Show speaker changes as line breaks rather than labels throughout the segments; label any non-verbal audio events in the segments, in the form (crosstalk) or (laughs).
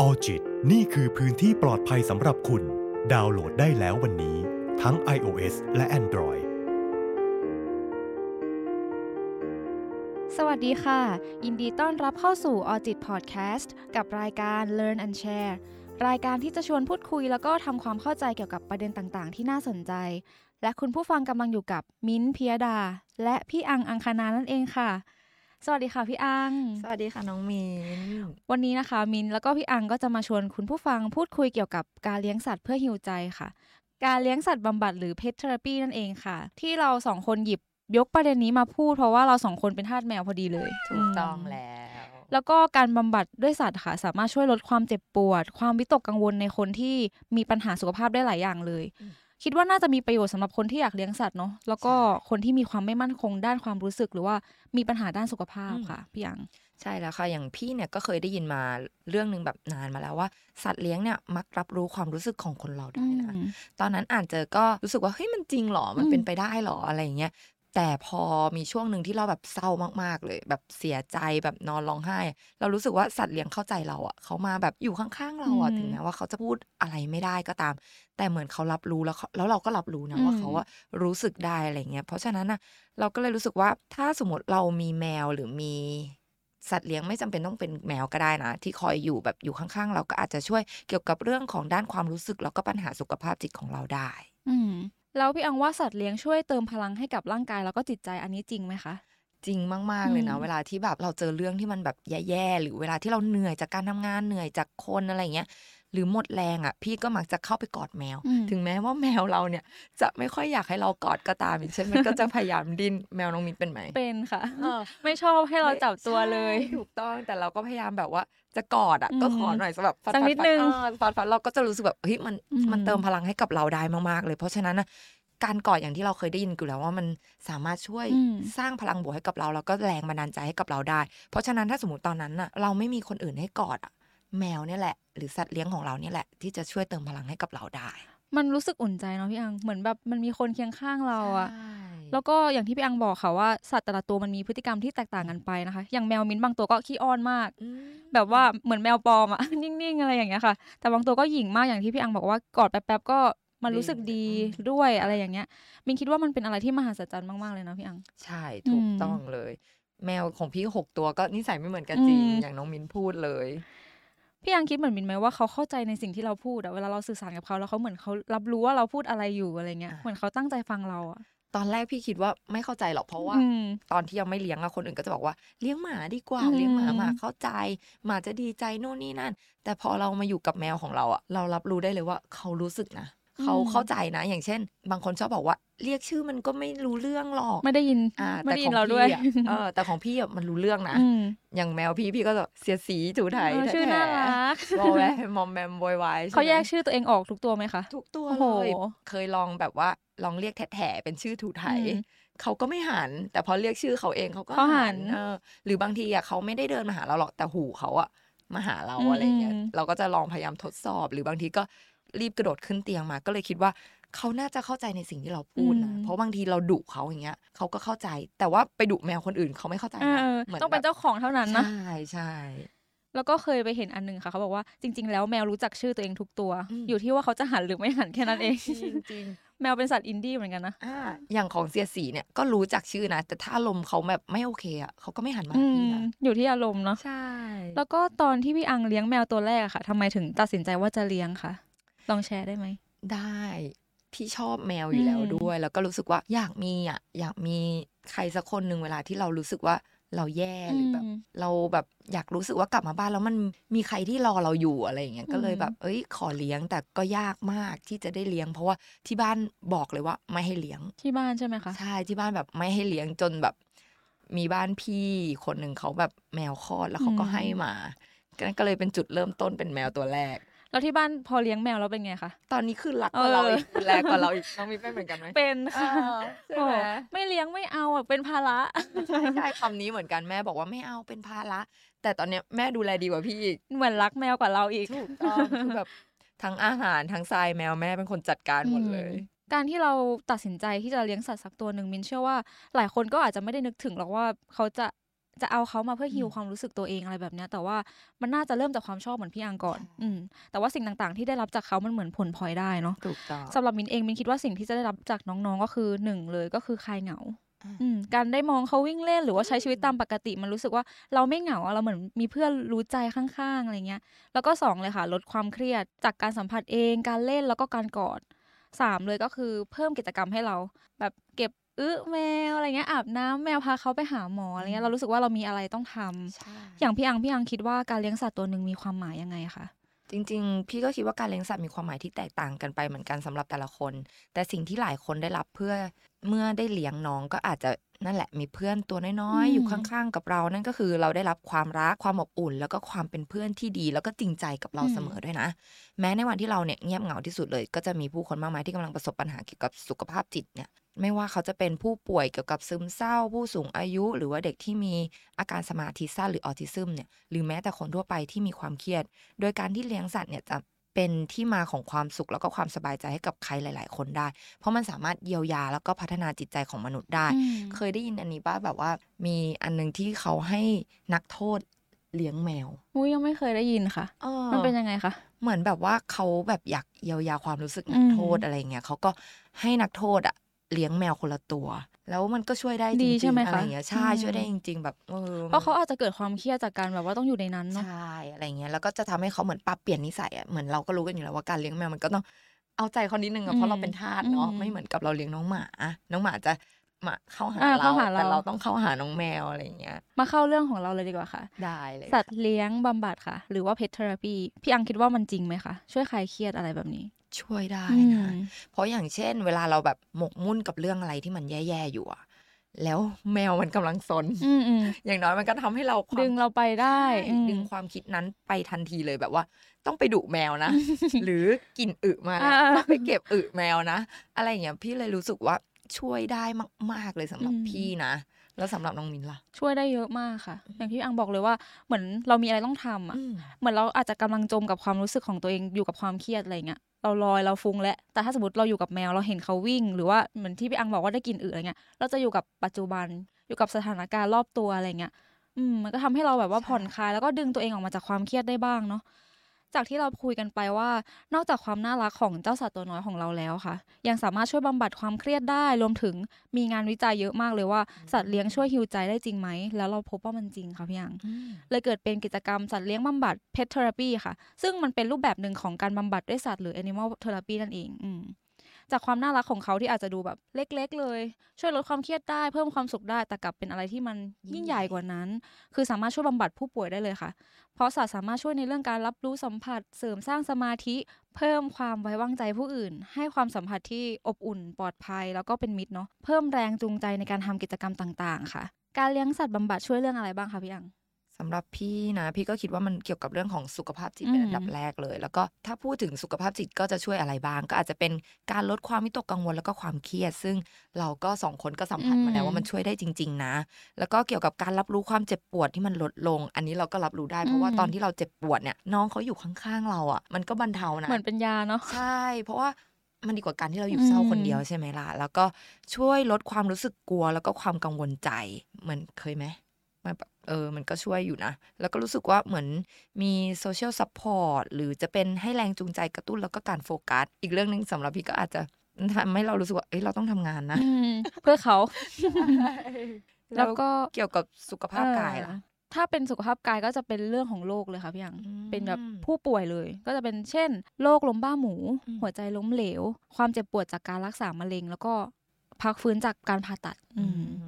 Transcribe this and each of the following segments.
ออจิตนี่คือพื้นที่ปลอดภัยสำหรับคุณ ดาวน์โหลดได้แล้ววันนี้ ทั้ง iOS และ Android
สวัสดีค่ะ ยินดีต้อนรับเข้าสู่ a l l j i t Podcast กับรายการ Learn and Share รายการที่จะชวนพูดคุยแล้วก็ทำความเข้าใจเกี่ยวกับประเด็นต่างๆ ที่น่าสนใจ และคุณผู้ฟังกำลังอยู่กับมิ้นท์พิยดา และพี่อังอังคณานั่นเองค่ะ สวัสดีค่ะพี่อัง
สวัสดีค่ะน้องมิน
วันนี้นะคะมินแล้วก็พี่อังก็จะมาชวนคุณผู้ฟังพูดคุยเกี่ยวกับการเลี้ยงสัตว์เพื่อฮิวใจค่ะ การเลี้ยงสัตว์บำบัดหรือ pet therapy นั่นเองค่ะ ที่เราสองคนหยิบยกประเด็นนี้มาพูดเพราะว่าเราสองคนเป็นทาสแมวพอดีเลย
ถูกต้อง
ม
แล้ว
แล้วก็การบำบัดด้วยสัตว์ค่ะ สามารถช่วยลดความเจ็บปวด ความวิตกกังวลในคนที่มีปัญหาสุขภาพได้หลายอย่างเลย
อืม
คิดว่าน่าจะมีประโยชน์สำหรับคนที่อยากเลี้ยงสัตว์เนาะแล้วก็
ใช่
คนที่มีความไม่มั่นคงด้านความรู้สึก หรือว่ามีปัญหาด้านสุขภาพค่ะพี่อัง
ใช่แล้วค่ะ อย่างพี่เนี่ยก็เคยได้ยินมาเรื่องหนึ่งแบบนานมาแล้วว่า สัตว์เลี้ยงเนี่ยมักรับรู้ความรู้สึกของคนเราได้นะ ตอนนั้นอ่านเจอก็รู้สึกว่าเฮ้ยมันจริงเหรอ มัน
อืม
เป็นไปได้เหรออะไรอย่างเงี้ย แต่พอมีช่วงหนึ่งที่เราแบบเศร้ามากๆเลย แบบเสียใจแบบนอนร้องไห้ เรารู้สึกว่าสัตว์เลี้ยงเข้าใจเราอ่ะเขามาแบบอยู่ข้างๆเราอ่ะ
อืม
ถึงแม้ว่าเขาจะพูดอะไรไม่ได้ก็ตาม แต่เหมือนเขารับรู้แล้วเขาแล้วเราก็รับรู้นะว่า
อืม
เขาว่ารู้สึกได้อะไรเงี้ยเพราะฉะนั้นนะเราก็เลยรู้สึกว่าถ้าสมมติเรามีแมวหรือมี สัตว์เลี้ยงไม่จำเป็นต้องเป็นแมวก็ได้นะ ที่คอยอยู่แบบอยู่ข้างๆ เราก็อาจจะช่วยเกี่ยวกับเรื่องของด้านความรู้สึกแล้วก็ปัญหาสุขภาพจิตของเราได้
อืมแล้วพี่อังว่าสัตว์เลี้ยงช่วยเติมพลังให้กับร่างกายแล้วก็จิตใจอันนี้จริงไหมคะ
จริงมาก ๆ เลยนะ
อืม
เวลาที่แบบเราเจอเรื่องที่มันแบบแย่ๆหรือเวลาที่เราเหนื่อยจากการทำงานเหนื่อยจากคนอะไรเงี้ยหรือหมดแรงอ่ะ พี่ก็มักจะเข้าไปกอดแมว
อืม
ถึงแม้ว่าแมวเราเนี่ย จะไม่ค่อยอยากให้เรากอดก็ตามอย่างเช่น
(laughs)
มันก็จะพยายามดิ้นแมวน้องมินเป็นไหม
เป็นค่ะ
เออ
ไม่ชอบให้เราจับตัวเลย
ใช่ถูกต้องแต่เราก็พยายามแบบว่าจะกอดอ่ะ
อืม
ก็ขอหน่อยสำหรับฟั
สักนิดนึง
เออฟัดฟัดเราก็จะรู้สึกแบบเฮ้ยมัน
อืม
มันเติมพลังให้กับเราได้มากๆ เลย เพราะฉะนั้นนะการกอดอย่างที่เราเคยได้ยินอยู่แล้วว่ามันสามารถช่วย
อืม
สร้างพลังบวกให้กับเราแล้วก็แรงบันดาลใจให้กับเราได้ เพราะฉะนั้นถ้าสมมติตอนนั้นน่ะเราไม่มีคนอื่นให้กอดอะแมวเนี่ยแหละ หรือสัตว์เลี้ยงของเราเนี่ยแหละ ที่จะช่วยเติมพลังให้กับเราได้
มันรู้สึกอุ่นใจเนาะพี่อัง เหมือนแบบมันมีคนเคียงข้างเราอะ
ใช่
แล้วก็อย่างที่พี่อังบอกค่ะว่าสัตว์แต่ละตัวมันมีพฤติกรรมที่แตกต่างกันไปนะคะ อย่างแมวมิ้นท์บางตัวก็ขี้อ้อนมาก แบบว่าเหมือนแมวปลอมอะ (laughs) นิ่งๆอะไรอย่างเงี้ยค่ะ แต่บางตัวก็หยิ่งมากอย่างที่พี่อังบอกว่ากอดแป๊บๆก็มันรู้สึกดี
ดีเลยอืม
ด้วยอะไรอย่างเงี้ย มินคิดว่ามันเป็นอะไรที่มหัศจรรย์มากๆเลยเนาะพี่อัง
ใช่
อืม
ถูกต้องเลย แมวของพี่หกตัวก็นิสัยไม่เหมือนกันจริง
อืม
อย่างน้องมินพูดเลย
พี่อังคิดเหมือนมินไหมว่าเขาเข้าใจในสิ่งที่เราพูดอะเวลาเราสื่อสารกับเขาแล้วเขาเหมือนเขารับรู้ว่าเราพูดอะไรอยู่อะไรเงี้ย
อ่ะ
เหมือนเขาตั้งใจฟังเราอะ
ตอนแรกพี่คิดว่าไม่เข้าใจหรอกเพราะว่า
อืม
ตอนที่ยังไม่เลี้ยงอะคนอื่นก็จะบอกว่าเลี้ยงหมาดีกว่า
อืม
เลี้ยงหมาหมาเข้าใจหมาจะดีใจนู่นนี่นั่น แต่พอเรามาอยู่กับแมวของเราอะเรารับรู้ได้เลยว่าเขารู้สึกนะ
อืม
เขาเข้าใจนะ อย่างเช่น บางคนชอบบอกว่า เรียกชื่อมันก็ไม่รู้เรื่องหรอก
ไม่ได้ยิน
อ่า
ไม่
แต่
ได้
ข
ยิ
อง
นเราด้วย
พี่อะเออแต่ของพี่อะมันรู้เรื่องนะ
อืม
อย่างแมวพี่พี่ก็จะเสียดสีถูไถ
เออชื่อ
แท้
น่า
ๆ
รัก
วอลแวร์มอมแมมโวยวายใช่ไหม
เขาแยกชื่อตัวเองออกทุกตัวไหมคะ
ทุกตัว
โอ้
เล
โห
ย เคยลองแบบว่าลองเรียกแถะๆเป็นชื่อถูไถ
อืม
เขาก็ไม่หัน แต่พอเรียกชื่อเขาเองเขาก็
เขาหัน
เออหรือบางทีอ่ะเขาไม่ได้เดินมาหาเราหรอกแต่หูเขาอ่ะมาหาเรา
อืม
อะไรเงี้ย
อืม
เราก็จะลองพยายามทดสอบ หรือบางทีก็รีบกระโดดขึ้นเตียงมา ก็เลยคิดว่าเขาน่าจะเข้าใจในสิ่งที่เราพูดนะ
อืม
เพราะบางทีเราดุเขาอย่างเงี้ยเขาก็เข้าใจ แต่ว่าไปดุแมวคนอื่นเขาไม่เข้าใจ
เอ
นะ
อ
หมื
ต้องเป็น
แบบ
เจ้าของเท่านั้นนะ
ใช่ใช่
แล้วก็เคยไปเห็นอันหนึงค่ะเขาบอกว่าจริง ๆ แล้วแมวรู้จักชื่อตัวเองทุกตัว
อืม
อยู่ที่ว่าเขาจะหันหรือไม่หันแค่นั้นเอง
จริงจริง
แมวเป็นสัตว์อินดี้เหมือนกันนะ
อ่าอย่างของเสียสีเนี่ยก็รู้จักชื่อนะ แต่ถ้าอารมณ์เขาแบบไม่โอเคอ่ะเขาก็ไม่หันมา
อื
หาพี่
ม
นะ
อยู่ที่อารมณ์เนาะ
ใช่
แล้วก็ตอนที่พี่อังเลี้ยงแมวตัวแรกอะค่ะทำไมถึงตัดสินใจว่าจะเลี้ยงคะลองแชร์ได้ไหม
ได้พี่ชอบแมวอยู่แล้ว
อืม
ด้วย แล้วก็รู้สึกว่าอยากมีอ่ะอยากมีใครสักคนหนึ่งเวลาที่เรารู้สึกว่าเราแย่หรือแบบ
ม
เราแบบอยากรู้สึกว่ากลับมาบ้านแล้วมันมีใครที่รอเราอยู่อะไรอย่างเงี้ยก็เลย
อืม
แบบเอ้ยขอเลี้ยงแต่ก็ยากมากที่จะได้เลี้ยง เพราะว่าที่บ้านบอกเลยว่าไม่ให้เลี้ยง
ที่บ้านใช่ไหมคะ
ใช่ที่บ้านแบบไม่ให้เลี้ยงจนแบบ มีบ้านพี่คนหนึ่งเขาแบบแมวคลอดแล้วเขาก็
อืม
ให้มาก็นั่นก็เลยเป็นจุดเริ่มต้นเป็นแมวตัวแรก
แล้วที่บ้านพอเลี้ยงแมวแล้วเป็นไงคะ
ตอนนี้คือรักก
เอ
ว่า
อ
เราอีก (laughs) ดูแรงกว่าเราอีกน้องมีเป็นเหมือนกันไหม
เป็นค่ะ
เออใช่
โอ้
ไหม
ไม่เลี้ยงไม่เอาอะเป็นภาระ
ใช่ใช่คำนี้เหมือนกันแม่บอกว่าไม่เอาเป็นภาระแต่ตอนเนี้ยแม่ดูแลดีกว่าพี่อีก
เหมือนรักแมวกว่าเราอีก
ถูกต้อง (laughs) คือแบบทั้งอาหารทั้งทรายแมวแม่เป็นคนจัดการหมดเลย
อืมการที่เราตัดสินใจที่จะเลี้ยงสัตว์สักตัวหนึ่งมินเชื่อว่าหลายคนก็อาจจะไม่ได้นึกถึงหรอกว่าเขาจะ จะเอาเขามาเพื่อฮิว
อืม
ความรู้สึกตัวเองอะไรแบบเนี้ยแต่ว่ามันน่าจะเริ่มจากความชอบเหมือนพี่อังก่อน
ใช่
อืมแต่ว่าสิ่งต่างๆ ที่ได้รับจากเขามันเหมือนผลพลอยได้เนาะ
ถูกต้อง
สำหรับมินเองมินคิดว่าสิ่งที่จะได้รับจากน้องๆก็คือหนึ่งเลยก็คือคลายเหงา
อ่า
อืมการได้มองเขาวิ่งเล่นหรือว่าใช้ชีวิตตามปกติ มันรู้สึกว่าเราไม่เหงาเราเหมือนมีเพื่อนรู้ใจข้างๆอะไรเงี้ย แล้วก็สองเลยค่ะ ลดความเครียดจากการสัมผัสเองการเล่นแล้วก็การกอดสามเลยก็คือเพิ่มกิจกรรมให้เรา แบบเก็บอื้อแมวอะไรเงี้ยอาบน้ำแมวพาเขาไปหาหมออะไรเงี้ย
อืม
เรารู้สึกว่าเรามีอะไรต้องทำ
ใช่
อย่างพี่อังพี่อังคิดว่าการเลี้ยงสัตว์ตัวหนึ่งมีความหมายยังไงคะ
จริงๆ พี่ก็คิดว่าการเลี้ยงสัตว์มีความหมายที่แตกต่างกันไปเหมือนกันสำหรับแต่ละคน แต่สิ่งที่หลายคนได้รับเพื่อเมื่อได้เลี้ยงน้องก็อาจจะนั่นแหละมีเพื่อนตัวน้อย
อืม
ๆอยู่ข้างๆ กับเรา นั่นก็คือเราได้รับความรักความอบอุ่น แล้วก็ความเป็นเพื่อนที่ดี แล้วก็จริงใจกับเราเสมอด้วยนะ แม้ในวันที่เราเนี่ยเงียบเหงาที่สุดเลย ก็จะมีผู้คนมากมายที่กำลังประสบปัญหาเกี่ยวกับสุขภาพจิตเนี่ย ไม่ว่าเขาจะเป็นผู้ป่วยเกี่ยวกับซึมเศร้า ผู้สูงอายุ หรือว่าเด็กที่มีอาการสมาธิสั้นหรือออทิซึมเนี่ย หรือแม้แต่คนทั่วไปที่มีความเครียด โดยการที่เลี้ยงสัตว์เนี่ยจะเป็นที่มาของความสุขแล้วก็ความสบายใจให้กับใครหลาย ๆ คนได้ เพราะมันสามารถเยียวยาแล้วก็พัฒนาจิตใจของมนุษย์ได้
อืม
เคยได้ยินอันนี้ป่ะแบบว่า มีอันหนึงที่เขาให้นักโทษเลี้ยงแมว
อุ้ยยังไม่เคยได้ยินค่ะ
เออ
มันเป็นยังไงคะ
เหมือนแบบว่าเขาแบบอยากเยียวยาความรู้สึกนักโทษ
อืม
อะไรเงี้ยเขาก็ให้นักโทษอะเลี้ยงแมวคนละตัว แล้วมันก็ช่วยได้จ
ดี
ริ
ใช่
ง
ไหม
ๆ
คะ
อะไรเงี้ยใช่
อืม
ช่วยได้จริง ๆ แบบเออ
เพราะเขาอาจจะเกิดความเครียดจากการแบบว่าต้องอยู่ในนั้น
ใช
เนาะ
่อะไรเงี้ยแล้วก็จะทำให้เขาเหมือนปรับเปลี่ยนนิสัยอะเหมือนเราก็รู้กันอยู่แล้วว่าการเลี้ยงแมวมันก็ต้องเอาใจเขานิดนึงอะเพ
อื
ราะ
ม
เราเป็นทาสเนาะ
อืม
ไม่เหมือนกับเราเลี้ยงน้องหมาอะน้องหมาจะมาเข้าหา
อ่า
เรา
เข้าหาเรา
แต่เราต้องเข้าหาน้องแมวอะไรเงี้ย
มาเข้าเรื่องของเราเลยดีกว่าค่ะ
ได้เลย
สัตว์เลี้ยงบำบัดค่ะ หรือว่าเพทเทอราปีพี่อังคิดว่ามันจริงไหมคะ ช่วยคลายเครียดอะไรแบบนี้
ช่วยได้
อื
นะ
ม
เพราะอย่างเช่น เวลาเราแบบหมกมุ่นกับเรื่องอะไรที่มันแย่ๆอยู่อะแล้วแมวมันกำลังสน
อืมอืม
อย่างน้อยมันก็ทำให้เราควม
ดึงเราไปได้
ใช่
อืม
ดึงความคิดนั้นไปทันทีเลยแบบว่า ต้องไปดุแมว
(laughs)
นะ หรือกลิ่นอึมาแล้ว
อ่า
ต้องไปเก็บอึแมวนะ อะไรอย่างเงี้ยพี่เลยรู้สึกว่าช่วยได้มาก ๆเลยสำหรับ
อืม
พี่นะ แล้วสำหรับน้องมินล่ะ
ช่วยได้เยอะมากค่ะ อย่างที่พี่อังบอกเลยว่าเหมือนเรามีอะไรต้องทำอ่ะ
อืม
เหมือนเราอาจจะกำลังจมกับความรู้สึกของตัวเองอยู่กับความเครียดอะไรเงี้ยเราลอยเราฟุ้งแล้วแต่ถ้าสมมติเราอยู่กับแมวเราเห็นเขาวิ่ง หรือว่าเหมือนที่พี่อังบอกว่าได้กลินอึอะไรเงี้ยเราจะอยู่กับปัจจุบันอยู่กับสถานการณ์รอบตัวอะไรเงี้ยอืมมันก็ทำให้เราแบบว่า
ใช่
ผ่อนคลายแล้วก็ดึงตัวเองออกมาจากความเครียดได้บ้างเนาะจากที่เราคุยกันไปว่า นอกจากความน่ารักของเจ้าสัตว์ตัวน้อยของเราแล้วค่ะ ยังสามารถช่วยบำบัดความเครียดได้รวมถึงมีงานวิจัยเยอะมากเลยว่าสัตว์เลี้ยงช่วยฮิวใจได้จริงไหมแล้วเราพบว่ามันจริงค่ะพี่อัง
อืม
เลยเกิดเป็นกิจกรรมสัตว์เลี้ยงบำบัด Pet Therapy ค่ะ ซึ่งมันเป็นรูปแบบหนึ่งของการบำบัดด้วยสัตว์หรือ Animal Therapy นั่นเองอืมจากความน่ารักของเขาที่อาจจะดูแบบเล็ก ๆ เลย ช่วยลดความเครียดได้เพิ่มความสุขได้ แต่กลับเป็นอะไรที่มัน
ยิ่
ยิ่ง
ง
ให
ใหญ่
ญ่กว่านั้น คือสามารถช่วยบำบัดผู้ป่วยได้เลยค่ะ เพราะสัตว์สามารถช่วยในเรื่องการรับรู้สัมผัส เสริมสร้างสมาธิ เพิ่มความไว้วางใจผู้อื่น ให้ความสัมผัสที่อบอุ่นปลอดภัย แล้วก็เป็นมิตรเนาะเพิ่มแรงจูงใจในการทำกิจกรรมต่างๆ ค่ะ การเลี้ยงสัตว์บำบัดช่วยเรื่องอะไรบ้างคะพี่อัง
สำหรับพี่นะ พี่ก็คิดว่ามันเกี่ยวกับเรื่องของสุขภาพจิตเป็น
อืม
อันดับแรกเลย แล้วก็ถ้าพูดถึงสุขภาพจิตก็จะช่วยอะไรบ้าง ก็อาจจะเป็นการลดความวิตกกังวลแล้วก็ความเครียด ซึ่งเราก็สองคนก็สัมผัสมาแล้
อื
ว
ม
ว่ามันช่วยได้จริง ๆ นะ แล้วก็เกี่ยวกับการรับรู้ความเจ็บปวดที่มันลดลง อันนี้เราก็รับรู้ได้เพราะว่า
อืม
ตอนที่เราเจ็บปวดเนี่ยน้องเขาอยู่ข้างๆเราอ่ะมันก็บรรเทานะ
เหมือนเป็นยาเนาะ
ใช่ เพราะว่ามันดีกว่าการที่เราอยู่เศร้า
อืม
คนเดียวใช่ไหมล่ะ แล้วก็ช่วยลดความรู้สึกกลัวแล้วก็ความกังวลใจ มันเคยไหมมันแบบเออ มันก็ช่วยอยู่นะ แล้วก็รู้สึกว่าเหมือนมีโซเชียลซัพพอร์ตหรือจะเป็นให้แรงจูงใจกระตุ้นแล้วก็การโฟกัส อีกเรื่องหนึ่งสำหรับพี่ก็อาจจะทำให้เรารู้สึกว่า เอ้ยเราต้องทำงานนะ
อืมเพื่อเขา
แล้
(laughs) แล้ว วก็
ก็เกี่ยวกับสุขภาพกายล่ะ
เออถ้าเป็นสุขภาพกายก็จะเป็นเรื่องของโรคเลยค่ะพี่ยัง
อืม
เป็นแบบผู้ป่วยเลย ก็จะเป็นเช่นโรคลมบ้าหมู
อืม
หัวใจล้มเหลว ความเจ็บปวดจากการรักษามะเร็ง แล้วก็พักฟื้นจากการผ่าตัด อื
อื
ม
ม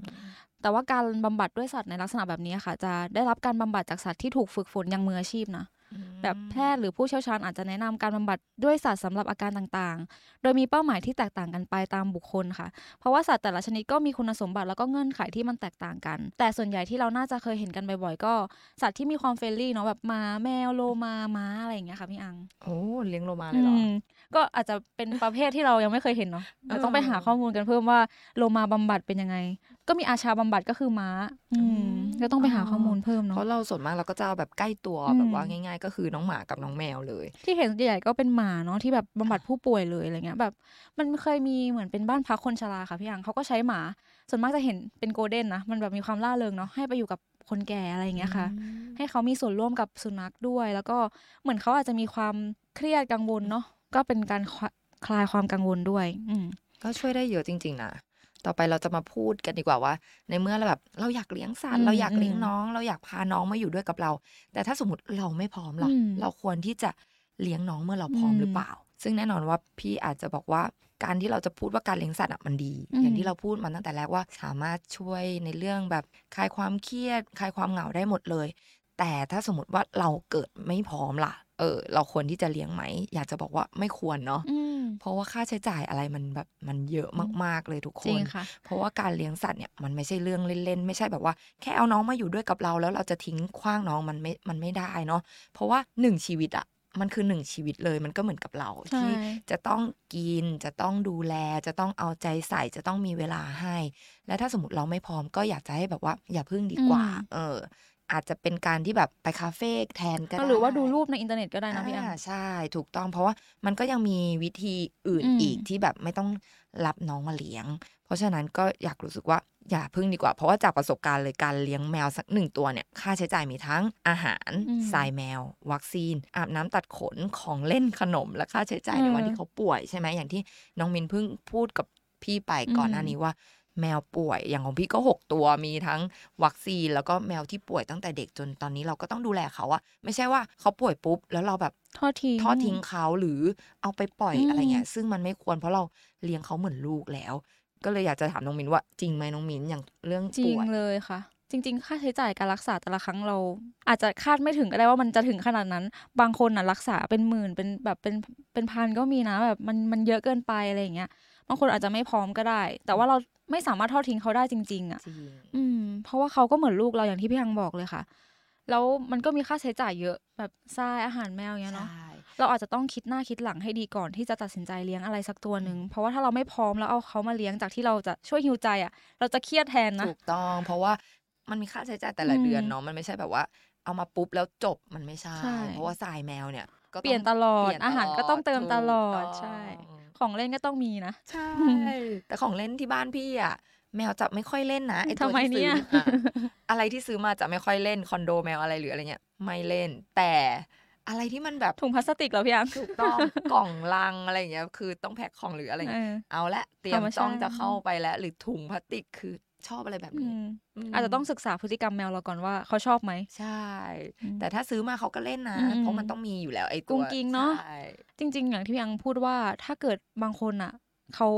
แต่ว่าการบำบัดด้วยสัตว์ในลักษณะแบบนี้ค่ะ จะได้รับการบำบัดจากสัตว์ที่ถูกฝึกฝนอย่างมืออาชีพนะ แบบแพทย์หรือผู้เชี่ยวชาญอาจจะแนะนำการบำบัดด้วยสัตว์สำหรับอาการต่างๆ โดยมีเป้าหมายที่แตกต่างกันไปตามบุคคลค่ะ เพราะว่าสัตว์แต่ละชนิดก็มีคุณสมบัติแล้วก็เงื่อนไขที่มันแตกต่างกัน แต่ส่วนใหญ่ที่เราน่าจะเคยเห็นกันบ่อยๆ ก็สัตว์ที่มีความเฟรนลี่เนาะแบบหมาแมวโลมาม้าอะไรอย่างเงี้ยค่ะพี่อัง
โอ้เลี้ยงโลมาเลยเหรออ
มก็อาจจะเป็นประเภทที่เรายังไม่เคยเห็นเนาะเราต้องไปหา
เออ
ข้อมูลกันเพิ่มว่าโลมาบำบัดเป็นยังไง ก็มีอาชาบำบัดก็คือม้า อื
อื
ม
ม
ก็ต้องไปหาข้อมูลเพิ่ม
เพ
เนาะ
ราะเราส่วนมากเราก็จะเอาแบบใกล้ตัว
อืม
แบบว่าง่าย ๆ ก็คือน้องหมากับน้องแมวเลย
ที่เห็นใหญ่ๆก็เป็นหมาเนาะที่แบบบำบัดผู้ป่วยเลยอะไรเงี้ยแบบ มันเคยมีเหมือนเป็นบ้านพักคนชราค่ะพี่อังเขาก็ใช้หมา ส่วนมากจะเห็นเป็นโกลเด้นนะ มันแบบมีความล่าเริงเนาะให้ไปอยู่กับ คนแก่อะไรอย่างเงี้ยค่ะ
อืม
ให้เขามีส่วนร่วมกับสุนัขด้วย แล้วก็เหมือนเขาอาจจะมีความเครียดกังวลเนาะก็เป็นการคลาคลายความกังวลด้วย อืม
ก็ช่วยได้เยอะจริง ๆ นะ ต่อไปเราจะมาพูดกันดีกว่าว่า ในเมื่อเราแบบเราอยากเลี้ยงสัต
อื
ว์
ม
เราอยากเลี้ยง
อืม
น้อง เราอยากพาน้องมาอยู่ด้วยกับเรา แต่ถ้าสมมติเราไม่พร้อมล่ะ
อืม
เราควรที่จะเลี้ยงน้องเมื่อเราพร้อม
อืม
หรือเปล่า ซึ่งแน่นอนว่าพี่อาจจะบอกว่าการที่เราจะพูดว่าการเลี้ยงสัตว์อะมันดี
อืม
อย่างที่เราพูดมาตั้งแต่แรกว่าสามารถช่วยในเรื่องแบบคลายความเครียดคลายความเหงาได้หมดเลย แต่ถ้าสมมติว่าเราเกิดไม่พร้อมล่ะ เออ เราควรที่จะเลี้ยงไหม อยากจะบอกว่าไม่ควรเนาะ
อืม
เพราะว่าค่าใช้จ่ายอะไรมันแบบมันเยอะมาก ๆ เลยทุกค
จริง
น
ค่ะ
เพราะว่าการเลี้ยงสัตว์เนี่ยมันไม่ใช่เรื่องเล่น ๆ ไม่ใช่แบบว่าแค่เอาน้องมาอยู่ด้วยกับเราแล้วเราจะทิ้งขว้างน้องมันไม่ มันไม่ได้เนาะ เพราะว่าหนึ่งชีวิตอะมันคือหนึ่งชีวิตเลยมันก็เหมือนกับเรา
ใช่
ที่จะต้องกิน จะต้องดูแล จะต้องเอาใจใส่ จะต้องมีเวลาให้ และถ้าสมมติเราไม่พร้อมก็อยากจะให้แบบว่า อย่าพึ่งดีกว่า
อืม
เออ อาจจะเป็นการที่แบบไปคาเฟ่แทนก็ได้
หรือว่าดูรูปในอินเทอร์เน็ตก็ได้นะพี่อัง
อ่าใช่ถูกต้องเพราะว่ามันก็ยังมีวิธีอื่น
อืม
อีกที่แบบไม่ต้องรับน้องมาเลี้ยง เพราะฉะนั้นก็อยากรู้สึกว่าอย่าพึ่งดีกว่า เพราะว่าจากประสบการณ์เลยการเลี้ยงแมวสักหนึ่งตัวเนี่ยค่าใช้จ่ายมีทั้งอาหารทรายแมว วัคซีน อาบน้ำตัดขนของเล่นขนม และค่าใช้จ่ายในวันที่เขาป่วยใช่ไหมอย่างที่น้องมินเพิ่งพูดกับพี่ไปก่อนหน้านี้ว่า แมวป่วยอย่างของพี่ก็ 6 ตัวมีทั้งวัคซีนแล้วก็แมวที่ป่วยตั้งแต่เด็กจนตอนนี้เราก็ต้องดูแลเขาอะไม่ใช่ว่าเขาป่วยปุ๊บ แล้วเราแบบ
ทอดทิ้ง
ทอดทิ้งเขาหรือเอาไปปล่อย
อืม
อะไรเงี้ยซึ่งมันไม่ควรเพราะเราเลี้ยงเขาเหมือนลูกแล้ว ก็เลยอยากจะถามน้องมินว่าจริงไหมน้องมินอย่างเรื่อง
จริ
ป่
ง
วย
เลยค่ะ จริง ๆ ค่าใช้จ่ายการรักษาแต่ละครั้งเรา อาจจะคาดไม่ถึงก็ได้ว่ามันจะถึงขนาดนั้น บางคนน่ะรักษาเป็นหมื่นเป็นแบบเป็นเป็นพันก็มีนะแบบมันมันเยอะเกินไปอะไรอย่างเงี้ยบางคนอาจจะไม่พร้อมก็ได้ แต่ว่าเราไม่สามารถทอดทิ้งเขาได้จริง ๆอ่ะ
จริง
อืมเพราะว่าเขาก็เหมือนลูกเราอย่างที่พี่ฮังบอกเลยค่ะ แล้วมันก็มีค่าใช้จ่ายเยอะแบบทรายอาหารแมวเนี้ยเนาะ
ใช่
เราอาจจะต้องคิดหน้าคิดหลังให้ดีก่อนที่จะตัดสินใจเลี้ยงอะไรสักตัวหนึ่ง เพราะว่าถ้าเราไม่พร้อมแล้วเอาเขามาเลี้ยงจากที่เราจะช่วยฮิวใจอ่ะ เราจะเครียดแทนนะ
ถูกต้องเพราะว่ามันมีค่าใช้จ่ายแต่ละ
อืม
เดือนเนาะมันไม่ใช่แบบว่าเอามาปุ๊บแล้วจบมันไม่ใช่
ใช่
เพราะว่าทรายแมวเนี่ยก็ง
เปลี่ยนตลอด
เปยน
อาหารก็ต้องเติมตลอด
ถูก
ใช่
ต้อ
ขอ
ง
งเล่นก็ต้องมีนะ
ใช่ แต่ของเล่นที่บ้านพี่อ่ะ แมวจะไม่ค่อยเล่นนะไอตัว
ทำไม
ที่ซื้อ
เนี่ย
อ่ะอะไรที่ซื้อมาจะไม่ค่อยเล่นคอนโดแมวอะไรหรืออะไรเงี้ยไม่เล่น แต่อะไรที่มันแบบ
(laughs) ถุงพลาสติกเหรอพี่อัง
ถูกต้อง กล่องลังอะไรเงี้ยคือต้องแพ็คของหรืออะไร
เอ
เงี้ย
อ
เอาละเตรีย
ธรร
ม
มชาติ
ต้องจะเข้าไปแล้ว หรือถุงพลาสติกคือชอบอะไรแบบ
อื
นี้
ม
ม
อาจจะต้องศึกษาพฤติกรรมแมวเราก่อนว่าเขาชอบไหม
ใช่ แต่ถ้าซื้อมาเขาก็เล่นนะ
อืม
เพราะมันต้องมีอยู่แล้วไอ้ตัว
กุ้งกิ้งเนอะ
ใช่
จริง ๆ อย่างที่พี่อังพูดว่าถ้าเกิดบางคนอ่ะเขา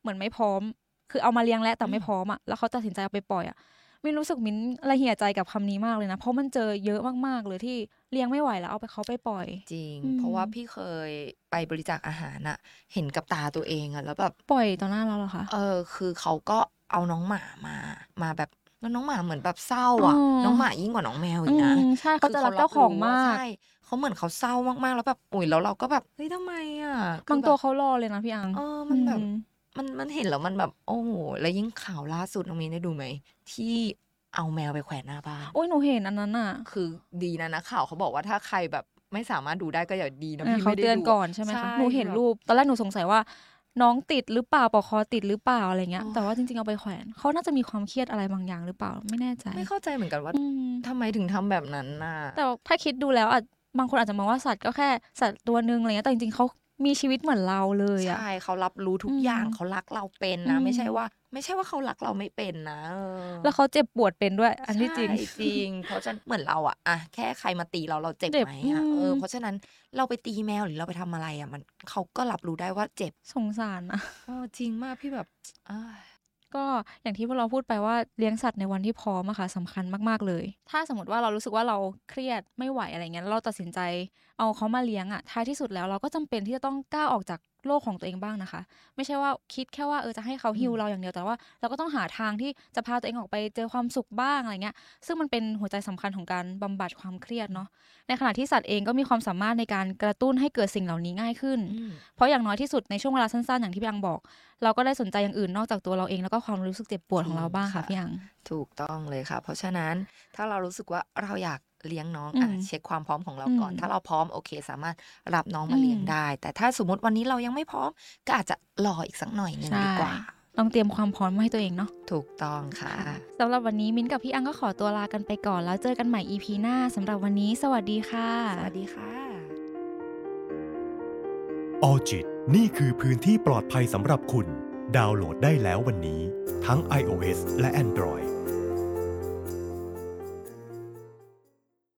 เหมือนไม่พร้อม คือเอามาเลี้ยงแล้วแต่ไม่พร้อมอ่ะแล้วเขาตัดสินใจเอาไปปล่อยอ่ะมินรู้สึกมินละเหี่ยใจกับคำนี้มากเลยนะ เพราะมันเจอเยอะมากๆเลยที่เลี้ยงไม่ไหวแล้วเอาไปเขาไปปล่อย
จริง
อืม
เพราะว่าพี่เคยไปบริจาคอาหารอะเห็นกับตาตัวเองอะแล้วแบบ
ปล่อยต่อหน้าเราเหรอคะ
เออคือเขาก็เอาน้องหมามา มาแบบแล้วน้องหมาเหมือนแบบเศร้าอ่ะ น้องหมายิ่งกว่าน้องแมวอีกนะ
อืมใช่เขา
คือ
จะรักเจ้าของมาก
ใช่เขาเหมือนเขาเศร้ามากๆ แล้วแบบปุ๋ยแล้วเราก็แบบเฮ้ยทำไมอ่ะคื
บา
อง แบบ
ตัวเขารอเลยนะพี่อัง
เออมันแบบ
อืม
มันมันเห็นแล้วมันแบบโอ้โหแล้วยิ่งข่าวล่าสุดน้องมีนได้ดูไหมที่เอาแมวไปแขวนหน้าบ้าน
โอ้ยหนูเห็นอันนั้นอ่ะ
คือดีนะนะข่าวเขาบอกว่าถ้าใครแบบไม่สามารถดูได้ก็อย่าดีนะ
เออ
พี่
เขา
ไม่ได้
เตือน
ดูะ
ก่อนใช่ไหม
ใช่
คะหนูเห็น
แบบ
รูป ตอนแรกหนูสงสัยว่า น้องติดหรือเปล่าปอกคอติดหรือเปล่าอะไรเงี้ย
โอ้ย
แต่ว่าจริงๆเอาไปแขวนเขาน่าจะมีความเครียดอะไรบางอย่างหรือเปล่าไม่แน่ใจ
ไม่เข้าใจเหมือนกันว่า
อืม
ทำไมถึงทำแบบนั้นน่ะ
แต่ว่าถ้าคิดดูแล้วอาจบางคนอาจจะมองว่าสัตว์ก็แค่สัตว์ตัวหนึ่งอะไรเงี้ยแต่จริงๆเขามีชีวิตเหมือนเราเลยอะ
ใช่เขารับรู้ทุกอย่าง
อืม
เขารักเราเป็นนะ
อืม
ไม่ใช่ว่า ไม่ใช่ว่าเขารักเราไม่เป็นนะเออ
แล้วเขาเจ็บปวดเป็นด้วย อันที่จริง
ใช่จริง (laughs) เพราะฉะนั้นเหมือนเราอะอะแค่ใครมาตีเราเราเจ็บ
เจ็บ
ไหมอะเอออ
ม
เพราะฉะนั้นเราไปตีแมวหรือเราไปทำอะไรอะมันเขาก็รับรู้ได้ว่าเจ็บ
สงสารนะ
เออจริงมากพี่แบบอ้าย
ก็อย่างที่พวกเราพูดไปว่าเลี้ยงสัตว์ในวันที่พร้อมอะค่ะสำคัญมากๆเลย ถ้าสมมติว่าเรารู้สึกว่าเราเครียดไม่ไหวอะไรเงี้ยแล้วเราตัดสินใจเอาเขามาเลี้ยงอะท้ายที่สุดแล้วเราก็จำเป็นที่จะต้องก้าวออกจากโลกของตัวเองบ้างนะคะ ไม่ใช่ว่าคิดแค่ว่าเออจะให้เขาฮิวเราอย่างเดียวแต่ว่า เราก็ต้องหาทางที่จะพาตัวเองออกไปเจอความสุขบ้างอะไรเงี้ย ซึ่งมันเป็นหัวใจสำคัญของการบำบัดความเครียดเนาะในขณะที่สัตว์เองก็มีความสามารถในการกระตุ้นให้เกิดสิ่งเหล่านี้ง่ายขึ้น
อืม
เพราะอย่างน้อยที่สุดในช่วงเวลาสั้นๆ อย่างที่พี่อังบอก เราก็ได้สนใจอย่างอื่นนอกจากตัวเราเองแล้วก็ความรู้สึกเจ็บปวดของเราบ้างค่ะพี่อัง
ถูกต้องเลยค่ะ เพราะฉะนั้นถ้าเรารู้สึกว่าเราอยากเลี้ยงน้อง
อืม
อ่ะเช็คความพร้อมของเราก่อน
อืม
ถ้าเราพร้อมโอเค สามารถรับน้องมาเลี้ยง
อืม
ได้ แต่ถ้าสมมติวันนี้เรายังไม่พร้อมก็อาจจะรออีกสักหน่อยหนึงดีกว่า
เ ลองเตรียมความพร้อมมาให้ตัวเองเนาะ
ถูกต้องค่ะ
สำหรับวันนี้มิ้นท์กับพี่อังก็ขอตัวลากันไปก่อน แล้วเจอกันใหม่ EP หน้าสำหรับวันนี้สวัสดีค่ะ
สวัสดีค่ะ
ออจิตนี่คือพื้นที่ปลอดภัยสำหรับคุณ ดาวน์โหลดได้แล้ววันนี้ ทั้ง iOS และ Android